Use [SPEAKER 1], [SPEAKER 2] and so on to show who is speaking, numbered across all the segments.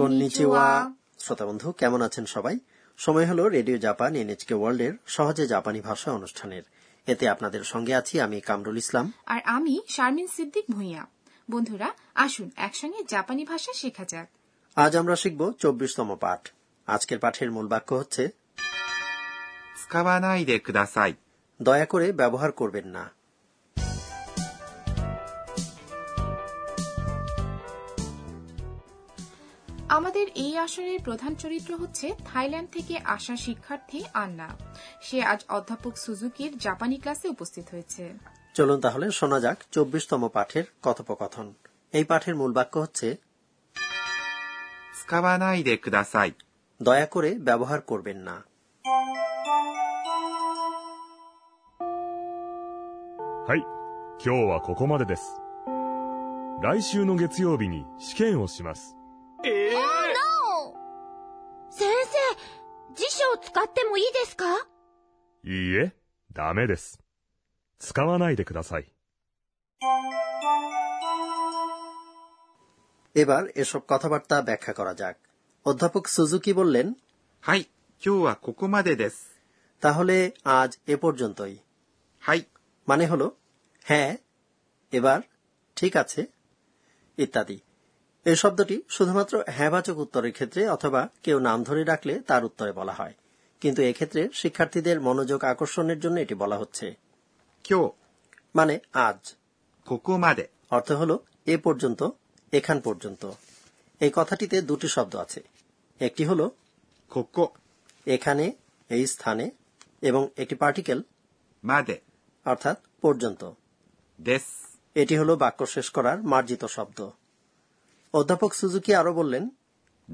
[SPEAKER 1] konnichiwa শ্রোতা বন্ধু কেমন আছেন সবাই সময় হলো রেডিও জাপান এনএচকে ওয়ার্ল্ডের সহজে জাপানি ভাষা অনুষ্ঠানের এতে আপনাদের সঙ্গে আছি আমি কামরুল ইসলাম
[SPEAKER 2] আর আমি শারমিন সিদ্দিক ভুঁইয়া বন্ধুরা আসুন একসঙ্গে জাপানি ভাষা শেখা যাক
[SPEAKER 1] আজ আমরা শিখব চব্বিশতম পাঠ আজকের পাঠের মূল বাক্য হচ্ছে
[SPEAKER 3] 使わないでください。
[SPEAKER 1] দয়া করে ব্যবহার করবেন না
[SPEAKER 2] আমাদের এই আসরের প্রধান চরিত্র হচ্ছে থাইল্যান্ড থেকে আসা শিক্ষার্থী আন্না সে আজ অধ্যাপক সুজুকির জাপানি ক্লাসে উপস্থিত হয়েছে
[SPEAKER 1] চলুন তাহলে শোনা যাক চব্বিশতম পাঠের কথোপকথন এই পাঠের মূল বাক্য হচ্ছে
[SPEAKER 3] 使わないでください。
[SPEAKER 1] দয়া করে ব্যবহার করবেন না
[SPEAKER 4] はい、今日はここまでです。来週の月曜日に試験をします。
[SPEAKER 5] 先生、辞書を使ってもいいですか
[SPEAKER 4] いいえ、ダメです。使わないでください。
[SPEAKER 1] এবার এসব কথাবার্তা ব্যাখ্যা করা যাক অধ্যাপক সুজুকি বললেন
[SPEAKER 3] はい、今日はここまでです。
[SPEAKER 1] তাহলে আজ এ পর্যন্তই
[SPEAKER 3] はい、
[SPEAKER 1] মানে হলো হ্যাঁ এবার ঠিক আছে ইত্যাদি এই শব্দটি শুধুমাত্র হ্যাঁবাচক উত্তরের ক্ষেত্রে অথবা কেউ নাম ধরে ডাকলে তার উত্তরে বলা হয় কিন্তু এক্ষেত্রে শিক্ষার্থীদের মনোযোগ আকর্ষণের জন্য এটি বলা হচ্ছে
[SPEAKER 3] 今日、
[SPEAKER 1] মানে আজ
[SPEAKER 3] ここまで。
[SPEAKER 1] অর্থ হল এ পর্যন্ত এখান পর্যন্ত এই কথাটিতে দুটি শব্দ আছে একটি হল
[SPEAKER 3] ここ、
[SPEAKER 1] এখানে এই স্থানে এবং একটি পার্টিকেল
[SPEAKER 3] まで、
[SPEAKER 1] অর্থাৎ পর্যন্ত
[SPEAKER 3] です。
[SPEAKER 1] এটি হল বাক্য শেষ করার মার্জিত শব্দ অধ্যাপক সুজুকি আরও বললেন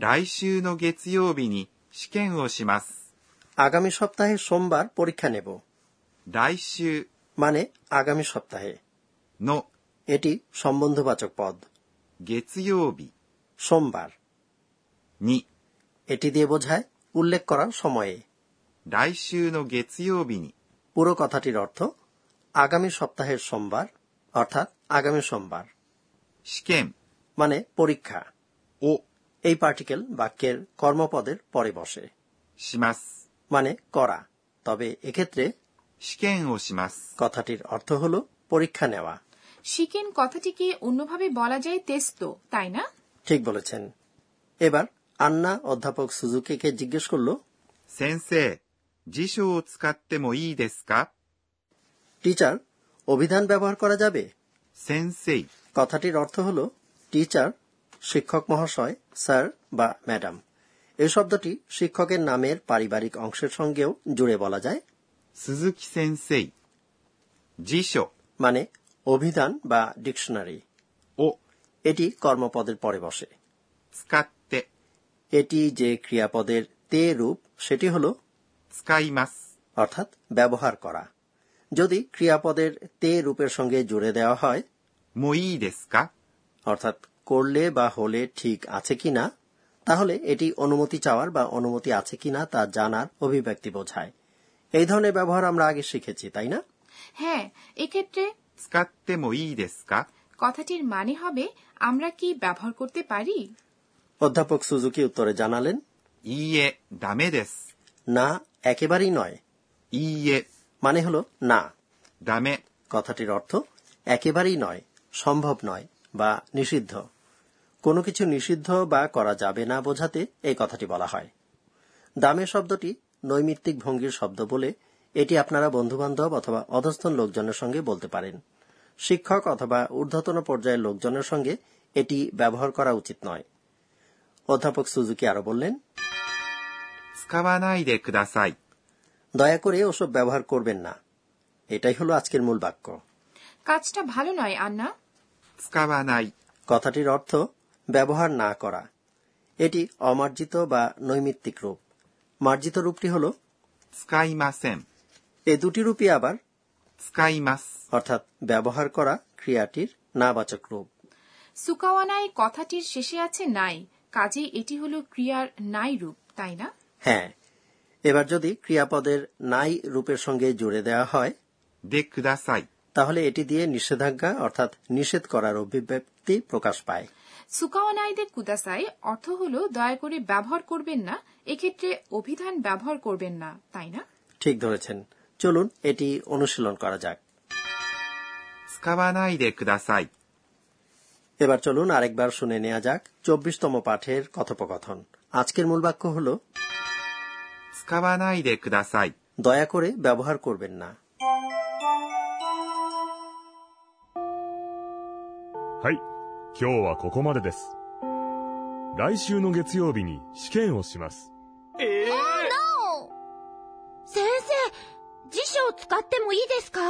[SPEAKER 3] 来週の月曜日に試験をします。
[SPEAKER 1] আগামী সপ্তাহে সোমবার পরীক্ষা নেব
[SPEAKER 3] 来週
[SPEAKER 1] মানে আগামী সপ্তাহে
[SPEAKER 3] の
[SPEAKER 1] এটি সম্বন্ধবাচক পদ
[SPEAKER 3] 月曜日
[SPEAKER 1] সোমবার
[SPEAKER 3] に、
[SPEAKER 1] এটি দিয়ে বোঝায় উল্লেখ করার সময়ে
[SPEAKER 3] 来週の月曜日に、
[SPEAKER 1] পুরো কথাটির অর্থ আগামী সপ্তাহের সোমবার অর্থাৎ আগামী সোমবার
[SPEAKER 3] 試験
[SPEAKER 1] মানে পরীক্ষা
[SPEAKER 3] を
[SPEAKER 1] এই পার্টিকেল বাক্যের কর্মপদের পরে বসে
[SPEAKER 3] します。
[SPEAKER 1] মানে করা তবে এক্ষেত্রে
[SPEAKER 3] 試験をします。
[SPEAKER 1] কথাটির অর্থ হল পরীক্ষা নেওয়া
[SPEAKER 2] শিকেন কথাটিকে অন্যভাবে বলা যায় তেস্তো তাই না
[SPEAKER 1] ঠিক বলেছেন এবার আন্না অধ্যাপক সুজুকিকে জিজ্ঞেস করল
[SPEAKER 3] 先生、辞書を使ってもいいですか
[SPEAKER 1] টিচার অভিধান ব্যবহার করা যাবে
[SPEAKER 3] 先生、
[SPEAKER 1] কথাটির অর্থ হল টিচার শিক্ষক মহাশয় স্যার বা ম্যাডাম এই শব্দটি শিক্ষকের নামের পারিবারিক অংশের সঙ্গেও জুড়ে বলা যায়
[SPEAKER 3] 鈴木先生。辞書
[SPEAKER 1] মানে অভিধান বা ডিকশনারি
[SPEAKER 3] を
[SPEAKER 1] এটি কর্মপদের পরে বসে
[SPEAKER 3] 使って、
[SPEAKER 1] এটি যে ক্রিয়াপদের তে রূপ সেটি হল
[SPEAKER 3] 使います。
[SPEAKER 1] অর্থাৎ ব্যবহার করা যদি ক্রিয়াপদের তে রূপের সঙ্গে জুড়ে দেওয়া হয়
[SPEAKER 3] もういいですか
[SPEAKER 1] অর্থাৎ করলে বা হলে ঠিক আছে কিনা তাহলে এটি অনুমতি চাওয়ার বা অনুমতি আছে কিনা তা জানার অভিব্যক্তি বোঝায় এই ধরনের ব্যবহার আমরা আগে শিখেছি তাই না
[SPEAKER 2] হ্যাঁ এক্ষেত্রে
[SPEAKER 3] 使ってもいいですか
[SPEAKER 2] কথাটির মানে হবে আমরা কি ব্যবহার করতে পারি
[SPEAKER 1] অধ্যাপক সুজুকি উত্তরে জানালেন
[SPEAKER 3] いいえ、ダメです。
[SPEAKER 1] না একেবারেই নয়
[SPEAKER 3] いいえ、
[SPEAKER 1] মানে হলো না
[SPEAKER 3] ダメ、
[SPEAKER 1] কথাটির অর্থ একেবারেই নয় সম্ভব নয় বা নিষিদ্ধ কোনো কিছু নিষিদ্ধ বা করা যাবে না বোঝাতে এই কথাটি বলা হয় দামে শব্দটি নৈমিত্তিক ভঙ্গির শব্দ বলে এটি আপনারা বন্ধুবান্ধব অথবা অধস্থন লোকজনের সঙ্গে বলতে পারেন শিক্ষক অথবা ঊর্ধ্বতন পর্যায়ের লোকজনের সঙ্গে এটি ব্যবহার করা উচিত নয় অধ্যাপক সুজুকি আরো বললেন
[SPEAKER 3] 使わないでください。
[SPEAKER 1] দয়া করে ওসব ব্যবহার করবেন না এটাই হলো আজকের মূল বাক্য
[SPEAKER 2] কাজটা ভালো নয় আন্না
[SPEAKER 3] 使わない、
[SPEAKER 1] কথাটির অর্থ ব্যবহার না করা এটি অমার্জিত বা নৈমিত্তিক রূপ মার্জিত রূপটি হল
[SPEAKER 3] 使いません。
[SPEAKER 1] এ দুটি রূপই আবার
[SPEAKER 3] 使います。
[SPEAKER 1] অর্থাৎ ব্যবহার করা ক্রিয়াটির নাবাচক রূপ
[SPEAKER 2] সুকাওয়ানায় কথাটির শেষে আছে নাই কাজে এটি হলো ক্রিয়ার নাই রূপ তাই না
[SPEAKER 1] হ্যাঁ এবার যদি ক্রিয়াপদের নাই রূপের সঙ্গে জুড়ে দেওয়া হয়
[SPEAKER 3] でください。
[SPEAKER 1] তাহলে এটি দিয়ে নিষেধাজ্ঞা অর্থাৎ নিষেধ করার অভিব্যক্তি প্রকাশ পায়
[SPEAKER 2] সুকাওয়ানাইদে কুদাসাই অর্থ হলো দয়া করে ব্যবহার করবেন না এক্ষেত্রে অভিধান ব্যবহার করবেন না তাই না
[SPEAKER 1] ঠিক ধরেছেন চলুন এটি অনুশীলন করা যাক
[SPEAKER 3] 使わないでください。
[SPEAKER 1] এবার চলুন আরেকবার শুনে নেওয়া যাক চব্বিশতম পাঠের কথোপকথন আজকের মূল বাক্য হল
[SPEAKER 3] 使わないでください。
[SPEAKER 1] দয়া করে ব্যবহার করবেন না
[SPEAKER 4] はい、今日はここまでです。来週の月曜日に試験をします。
[SPEAKER 5] 先生、辞書を使ってもいいですか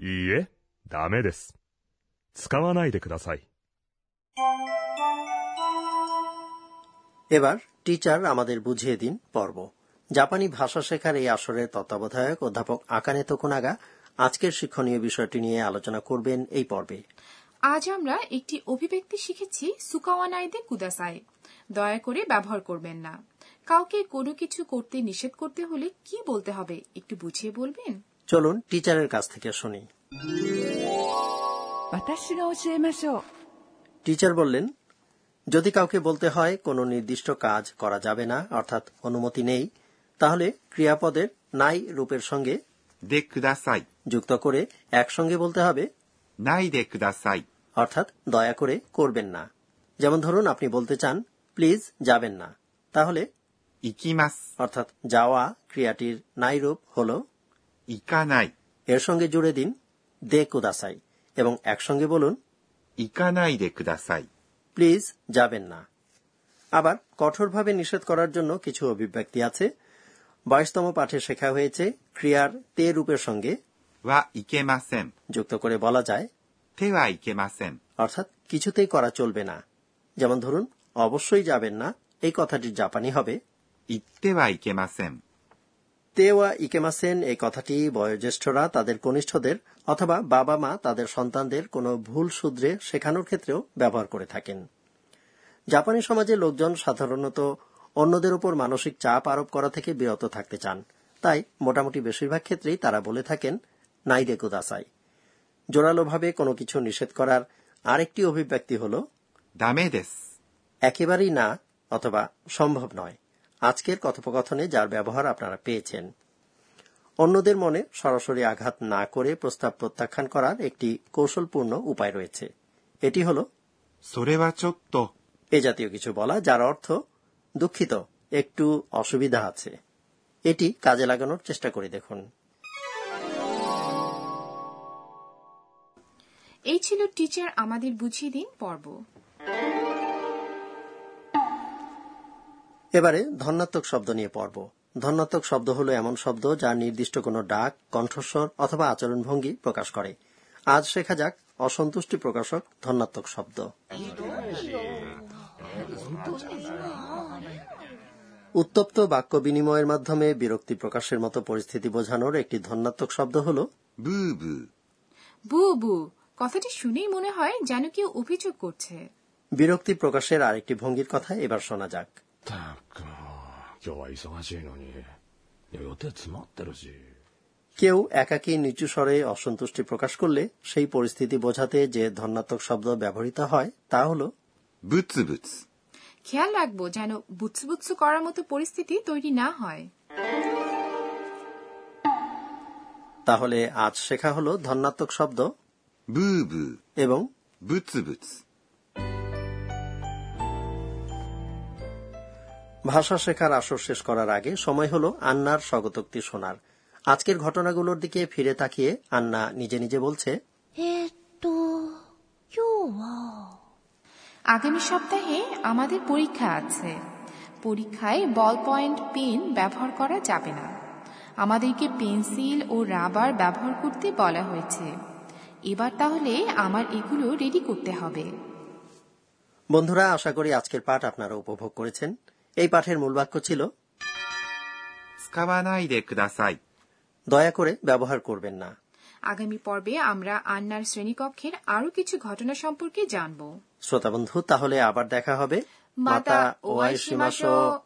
[SPEAKER 4] いいえ、ダメです。使わないでください。
[SPEAKER 1] এবার টিচার আমাদের বুঝিয়ে দিন পর্ব জাপানি ভাষা শেখার এই আসরের তত্ত্বাবধায়ক অধ্যাপক আকানে তোকুনাগা আজকের শিক্ষণীয় বিষয়টি নিয়ে আলোচনা করবেন এই পর্বে
[SPEAKER 2] আজ আমরা একটি অভিব্যক্তি শিখেছি সুকাওয়ানাইদে কুদাসাই দয়া করে ব্যবহার করবেন না কাউকে কোনো কিছু করতে নিষেধ করতে হলে কি বলতে হবে একটু বুঝিয়ে বলবেন
[SPEAKER 1] চলুন টিচারের কাছ থেকে শুনি
[SPEAKER 6] 私が教えましょう
[SPEAKER 1] টিচার বললেন যদি কাউকে বলতে হয় কোনো নির্দিষ্ট কাজ করা যাবে না অর্থাৎ অনুমতি নেই তাহলে ক্রিয়াপদের নাই রূপের সঙ্গে
[SPEAKER 3] でください。
[SPEAKER 1] যুক্ত করে একসঙ্গে বলতে হবে
[SPEAKER 3] ないでください。
[SPEAKER 1] অর্থাৎ দয়া করে করবেন না যেমন ধরুন আপনি বলতে চান প্লিজ যাবেন না তাহলে
[SPEAKER 3] 行きます。
[SPEAKER 1] অর্থাৎ যাওয়া ক্রিয়াটির নাই রূপ হল
[SPEAKER 3] 行かない。
[SPEAKER 1] এর সঙ্গে জুড়ে দিন দে কুদাসাই এবং একসঙ্গে বলুন
[SPEAKER 3] 行かないでください。
[SPEAKER 1] প্লিজ যাবেন না আবার কঠোরভাবে নিষেধ করার জন্য কিছু অভিব্যক্তি আছে বাইশতম পাঠে শেখা হয়েছে ক্রিয়ার তে রূপের সঙ্গে
[SPEAKER 3] はいけません。
[SPEAKER 1] যুক্ত করে বলা যায়
[SPEAKER 3] 手はいけません。
[SPEAKER 1] অর্থাৎ কিছুতেই করা চলবে না যেমন ধরুন অবশ্যই যাবেন না এই কথাটির জাপানি হবে
[SPEAKER 3] 行ってはいけません。
[SPEAKER 1] তেওয়া ইকেমাসেন এই কথাটি বয়োজ্যেষ্ঠরা তাদের কনিষ্ঠদের অথবা বাবা মা তাদের সন্তানদের কোনো ভুল সূত্রে শেখানোর ক্ষেত্রেও ব্যবহার করে থাকেন জাপানি সমাজে লোকজন সাধারণত অন্যদের উপর মানসিক চাপ আরোপ করা থেকে বিরত থাকতে চান তাই মোটামুটি বেশিরভাগ ক্ষেত্রেই তারা বলে থাকেন নাইদে কুদাসাই জোরালোভাবে কোনো কিছু নিষেধ করার আরেকটি অভিব্যক্তি হলো
[SPEAKER 3] ダメです。
[SPEAKER 1] একেবারেই না অথবা সম্ভব নয় আজকের কথোপকথনে যার ব্যবহার আপনারা পেয়েছেন অন্যদের মনে সরাসরি আঘাত না করে প্রস্তাব প্রত্যাখ্যান করার একটি কৌশলপূর্ণ উপায় রয়েছে এটি হল
[SPEAKER 3] それはちょっと。
[SPEAKER 1] এ জাতীয় কিছু বলা যার অর্থ দুঃখিত একটু অসুবিধা আছে এটি কাজে লাগানোর চেষ্টা করে দেখুন
[SPEAKER 2] এই ছিল টিচার আমাদের বুঝিয়ে দিন পর্ব
[SPEAKER 1] এবারে ধন্যাত্মক শব্দ নিয়ে পর্ব ধন্যাত্মক শব্দ হলো এমন শব্দ যা নির্দিষ্ট কোনো ডাক কণ্ঠস্বর অথবা আচরণভঙ্গি প্রকাশ করে আজ শেখা যাক অসন্তুষ্টি প্রকাশক ধন্যাত্মক শব্দ উত্তপ্ত বাক্য বিনিময়ের মাধ্যমে বিরক্তি প্রকাশের মতো পরিস্থিতি বোঝানোর একটি ধন্যাত্মক শব্দ হল
[SPEAKER 3] ブーブー。
[SPEAKER 2] বু বু কথাটি শুনেই মনে হয় যেন কেউ অভিযোগ করছে
[SPEAKER 1] বিরক্তি প্রকাশের আরেকটি ভঙ্গির কথা এবার শোনা যাক
[SPEAKER 7] ったくもう今日は忙しいのにいや予定詰まってるし
[SPEAKER 1] কেউ একাকী নিচু স্বরে অসন্তুষ্টি প্রকাশ করলে সেই পরিস্থিতি বোঝাতে যে ধন্যাত্মক শব্দ ব্যবহৃত হয় তা হল
[SPEAKER 3] ブツブツ。
[SPEAKER 2] খেয়াল রাখবো যেন বুৎসুবুৎসু করার মতো পরিস্থিতি তৈরি না হয়
[SPEAKER 1] তাহলে আজ শেখা হল ধন্যাত্মক শব্দ
[SPEAKER 3] ブーブー。
[SPEAKER 1] এবং
[SPEAKER 3] ブツブツ。
[SPEAKER 1] ভাষা শেখার আসর শেষ করার আগে সময় হল আন্নার স্বগতোক্তি শোনার আজকের ঘটনাগুলোর দিকে ফিরে তাকিয়ে আন্না নিজে নিজে বলছে
[SPEAKER 5] えーっと、今日は、
[SPEAKER 2] আগামী সপ্তাহে আমাদের পরীক্ষা আছে পরীক্ষায় বল পয়েন্ট পেন ব্যবহার করা যাবে না আমাদেরকে পেন্সিল ও রাবার ব্যবহার করতে বলা হয়েছে এবার তাহলে আমার এগুলো রেডি করতে হবে
[SPEAKER 1] বন্ধুরা আশা করি আজকের পাঠ আপনারা উপভোগ করেছেন এই পাঠের মূল বাক্য ছিল
[SPEAKER 3] 使わないでください。
[SPEAKER 1] দয়া করে ব্যবহার করবেন না
[SPEAKER 2] আগামী পর্বে আমরা আন্নার শ্রেণীকক্ষের আরও কিছু ঘটনা সম্পর্কে জানব
[SPEAKER 1] শ্রোতা বন্ধু তাহলে আবার দেখা হবে
[SPEAKER 2] またお会いしましょう。